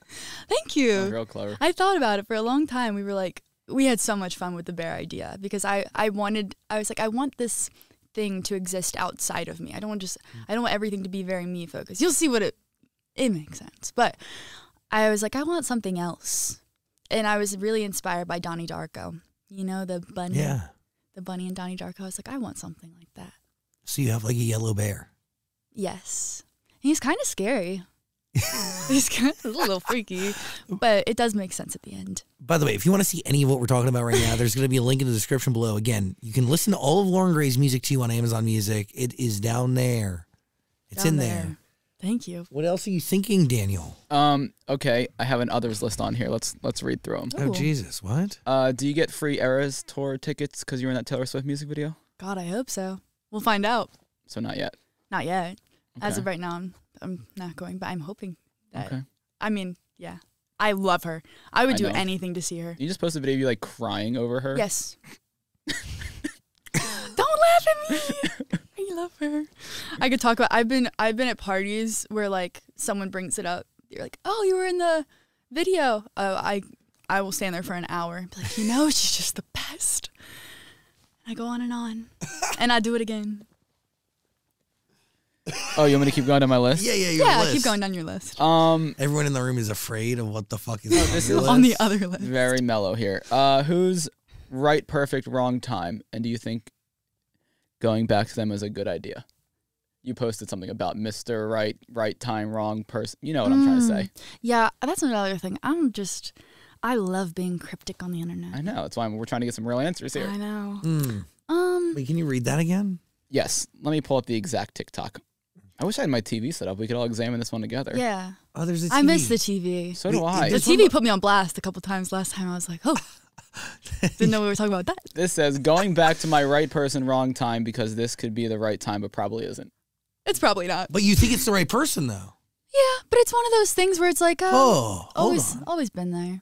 Thank That you. was real clever. I thought about it for a long time. We were like, we had so much fun with the bear idea because I, I wanted, I was like, I want this thing to exist outside of me. I don't want just, I don't want everything to be very me focused. You'll see what it, it makes sense. But I was like, I want something else. And I was really inspired by Donnie Darko. You know, the bunny, Yeah. the bunny and Donnie Darko. I was like, I want something like that. So you have like a yellow bear. Yes. He's kind of scary. He's kind of a little freaky, but it does make sense at the end. By the way, if you want to see any of what we're talking about right now, there's going to be a link in the description below. Again, you can listen to all of Lauren Gray's music to you on Amazon Music. It is down there. It's Down in there. Thank you. What else are you thinking, Daniel? Um, okay, I have an others list on here. Let's let's read through them. Oh Ooh. Jesus, what? Uh, do you get free Eras tour tickets because you were in that Taylor Swift music video? God, I hope so. We'll find out. So not yet. Not yet. As of Okay. right now, I'm, I'm not going, but I'm hoping that. Okay. I mean, yeah. I love her. I would I do know. anything to see her. You just posted a video of you like crying over her. Yes. Don't laugh at me. I love her. I could talk about I've been I've been at parties where like someone brings it up. You're like, "Oh, you were in the video." Oh, I I will stand there for an hour and be like, "You know, she's just the best." I go on and on. And I do it again. Oh, you want me to keep going down my list? Yeah, yeah, your Yeah, list. keep going down your list. Um, Everyone in the room is afraid of what the fuck is on, this your is- list. On the other list. very mellow here. Uh, who's right, perfect, wrong time? And do you think going back to them is a good idea? You posted something about Mr. Right, right time, wrong person. You know what I'm trying to say. Yeah, that's another thing. I'm just I love being cryptic on the I internet. know. That's why we're trying to get some real answers here. I know. Hmm. Um Wait, can you read that again? Yes. Let me pull up the exact TikTok. I wish I had my TV set up. We could all examine this one together. yeah. Oh, there's a TV. I miss the TV. So do Wait, I. The This TV put me on blast a couple times last time. I was like, oh, didn't know we were talking about that. This says going back to my right person, wrong time because this could be the right time, but probably isn't. It's probably not. But you think it's the right person though. Yeah, but it's one of those things where it's like, uh, Oh, hold always, on. always been there.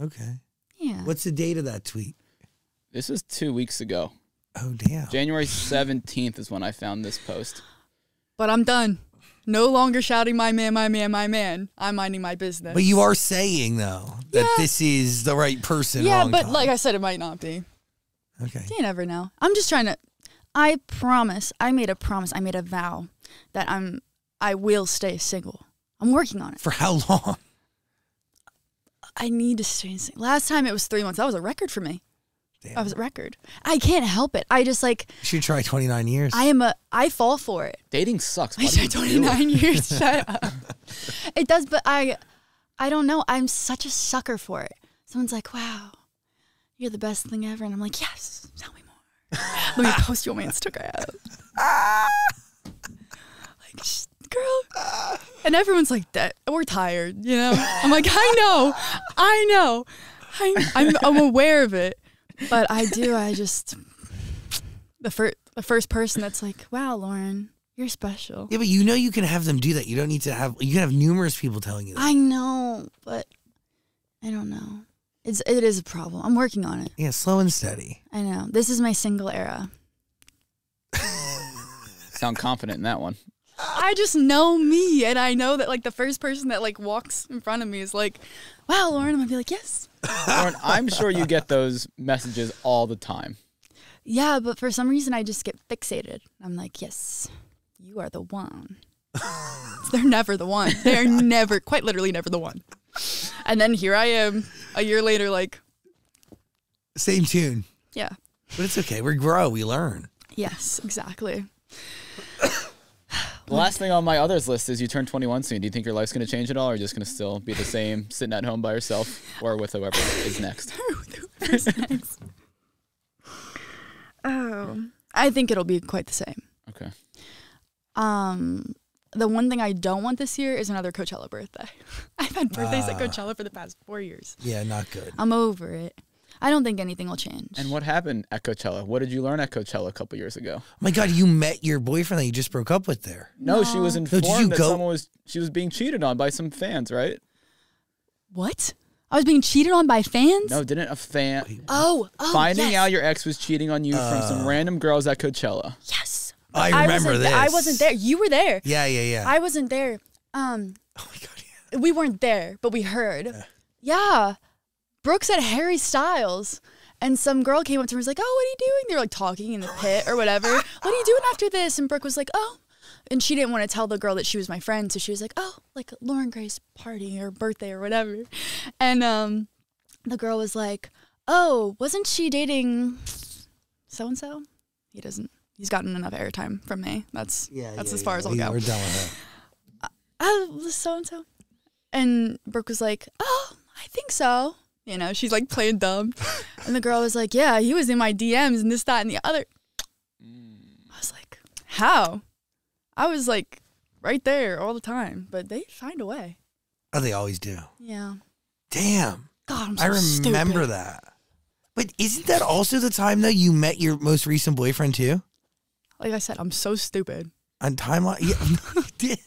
Okay. oh. Yeah. What's the date of that tweet? This is two weeks ago. Oh damn. January 17th is when I found this post. But I'm done. No longer shouting, my man, my man, my man. I'm minding my business. But you are saying though that Yeah. this is the right person. Yeah, wrong but time. like I said, it might not be. okay. You never know. I'm just trying to. I promise. I made a promise. I made a vow that I'm. I will stay single. I'm working on it. For how long? I need to stay single. Last time it was three months. That was a record for me. Damn. I was a record. I can't help it. I just like You should try 29 years. I am a I fall for it. Dating sucks. I Why do you said do it? 29 years. Shut up. It does, but I I don't know. I'm such a sucker for it. Someone's like, "Wow, you're the best thing ever," and I'm like, "Yes, tell me more. Let me post you on my Instagram." like, "Shh, girl. And everyone's like, "That we're tired," you know. I'm like, "I know, I know, I, I'm I'm aware of it," but I do. I just the first the first person that's like, "Wow, Lauren, you're special." yeah, but you know you can have them do that. You don't need to have. You can have numerous people telling you that. I know, but I don't know. It's it is a problem. I'm working on it. yeah, slow and steady. I know. This is my single era. Sound confident in that one. I just know me and I know that like the first person that like walks in front of me is like, Wow, Lauren, I'm gonna be like, Yes. Lauren, I'm sure you get those messages all the time. Yeah, but for some reason I just get fixated. I'm like, Yes. you are the one. They're never the one. They're never, quite literally, never the one. And then here I am a year later, like, Same tune, yeah, but it's okay. We grow, we learn. yes, exactly. The last thing on my others list is you turn 21 soon. Do you think your life's going to change at all, or are you just going to still be the same, sitting at home by yourself, or with whoever is next? Oh, I think it'll be quite the same. Okay. Um, the one thing I don't want this year is another Coachella birthday. I've had birthdays Ah. at Coachella for the past four years. Yeah, not good. I'm over it. I don't think anything will change. And what happened at Coachella? What did you learn at Coachella a couple years ago? Oh my God, you met your boyfriend that you just broke up with there. No, she was you informed that go- someone was she was being cheated on by some fans, right? What? I was being cheated on by fans? No, didn't a fan Oh, oh, finding yes. out your ex was cheating on you from some random girls at Coachella? Yes. Oh, I remember wasn't this. I wasn't there. You were there. Yeah, yeah, yeah. I wasn't there. Um, oh my God, yeah. we weren't there, but we heard. Yeah. Brooks had Harry Styles. And some girl came up to her and was like, Oh, what are you doing? They were like talking in the pit or whatever. what are you doing after this? And Brooke was like, Oh. And she didn't want to tell the girl that she was my friend. So she was like, Oh, like Lauren Gray's party or birthday or whatever. And um, the girl was like, Oh, wasn't she dating so and so? He doesn't. He's gotten enough airtime from me. That's that's as far as I'll we go We're done with that. oh, so and so. And Brooke was like, oh, I think so. You know, she's like playing dumb. and the girl was like, yeah, he was in my DMs and this, that, and the other. Mm. I was like, how? I was like right there all the time, but they find a way. Oh, they always do. Yeah. Damn. God, I'm so I remember stupid. that. But isn't that also the time though you met your most recent boyfriend too? Like I said, I'm so stupid. On timeline? Yeah. you did.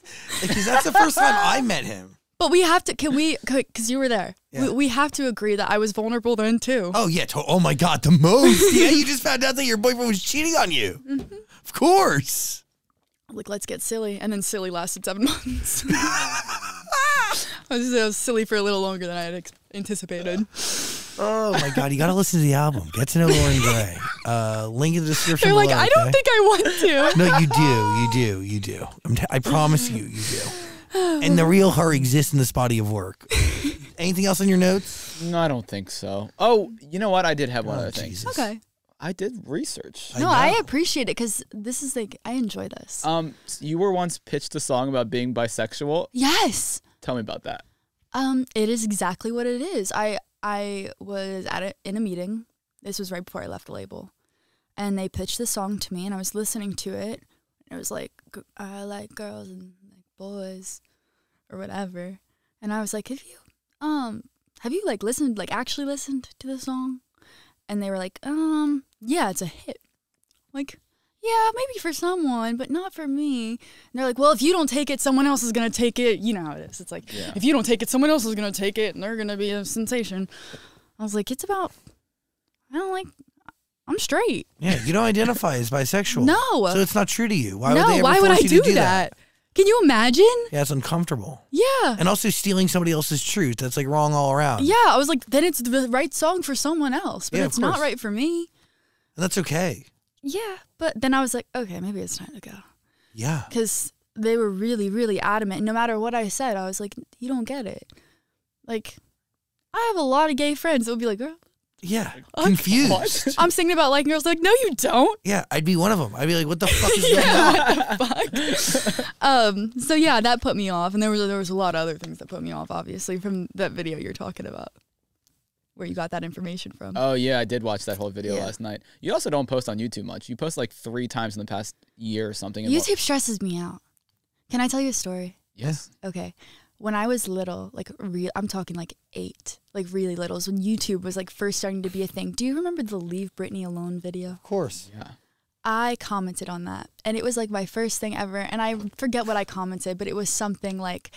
Because that's the first time I met him. But we have to, can we, because you were there, Yeah. we, we have to agree that I was vulnerable then too. Oh yeah. To- oh my god, the most. yeah, you just found out that your boyfriend was cheating on you. Mm-hmm. Of course. like let's get silly and then silly lasted seven months I was, I was silly for a little longer than I had ex- anticipated. Oh my god, you gotta listen to the album. Get to know Lauren Gray. Uh, link in the description. They're like, below, I don't okay? think I want to. No, you do. You do. You do. I'm t- I promise you, you do. And the real her exists in this body of work. Anything else in your notes? No, Mm, I don't think so. Oh, you know what? I did have one Oh, other thing. Jesus. Okay. I did research. I No, I, know. Uh, appreciate it because this is like, I enjoy this. Um, s- you were once pitched a song about being bisexual. yes. Tell me about that. Um, it is exactly what it is. I I was at a, in a meeting. This was right before I left the label, and they pitched this song to me, and I was listening to it. And it was like g- I like girls and like boys, or whatever. And I was like, have you um have you like listened like actually listened to the song? And they were like, um yeah, it's a hit. Like. Yeah, maybe for someone, but not for me. And they're like, well, if you don't take it, someone else is going to take it. You know how it is. It's like, Yeah. if you don't take it, someone else is going to take it and they're going to be a sensation. I was like, it's about, I don't like, I'm straight. Yeah, you don't identify as bisexual. No. So it's not true to you. Why would they no, ever why would I force you do, to do that? Can you imagine? Yeah, it's uncomfortable. Yeah. And also stealing somebody else's truth. That's like wrong all around. yeah. I was like, then it's the right song for someone else, but Yeah, of it's not course. right for me. And that's okay. Yeah. But then I was like, okay, maybe it's time to go. Yeah. because they were really, really adamant. No matter what I said, I was like, "You don't get it." Like, I have a lot of gay friends. They'll be like, "Girl, Yeah. Confused. What? I'm singing about liking girls." They're like, no, you don't. Yeah, I'd be one of them. I'd be like, what the fuck is going on? yeah, what the fuck? Um, so yeah, that put me off, and there was there was a lot of other things that put me off, obviously, from that video you're talking about, where you got that information from. Oh yeah, I did watch that whole video Um, Yeah. last night. You also don't post on YouTube much. You post like three times in the past year or something. and what- YouTube stresses me out. Can I tell you a story? Yes. Okay. When I was little, like real, I'm talking like eight, like really little, is when YouTube was like first starting to be a thing. Do you remember the "Leave Britney Alone" video? Of course. Yeah. I commented on that, and it was like my first thing ever. And I forget what I commented, but it was something like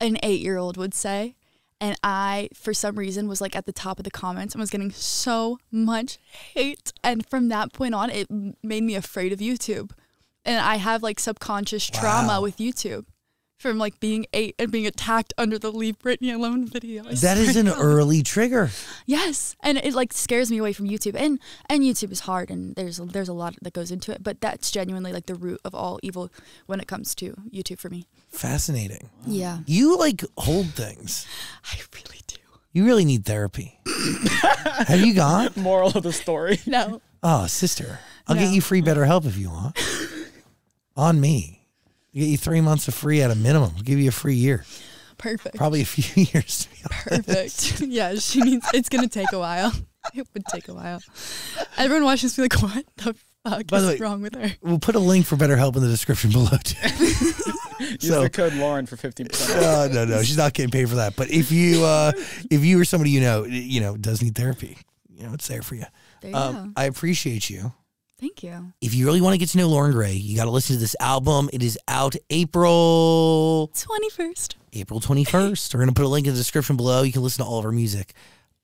an eight-year-old would say. And I, for some reason, was like at the top of the comments and was getting so much hate. And from that point on, it m- made me afraid of YouTube. And I have like subconscious trauma Wow. with YouTube from like being eight and being attacked under the Leave Britney Alone video. I That is swear an to God. early trigger. Yes, and it like scares me away from YouTube, and and YouTube is hard, and there's there's a lot that goes into it, but that's genuinely like the root of all evil when it comes to YouTube for me. Fascinating. Yeah, You like hold things. I really do. You really need therapy. Have you gone? Moral of the story. No, Oh, sister, I'll No. get you free better help if you want. On me. I'll get you three months of free at a minimum. I'll give you a free year. perfect, Probably a few years to be honest. perfect. yeah, she needs. It's gonna take a while. It would take a while. Everyone watching this be like, what the fuck By is the way- wrong with her? We'll put a link for BetterHelp in the description below. Too. Use the code Lauren for 15% off. Uh, no, no, she's not getting paid for that. But if you, uh, if you or somebody you know, you know, does need therapy, you know, it's there for you. There you Um, go. I appreciate you. Thank you. If you really want to get to know Lauren Gray, you got to listen to this album. It is out April Twenty first. April 21st. We're going to put a link in the description below. You can listen to all of our music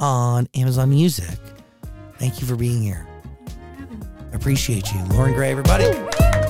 on Amazon Music. Thank you for being here. I appreciate you. Lauren Gray, everybody.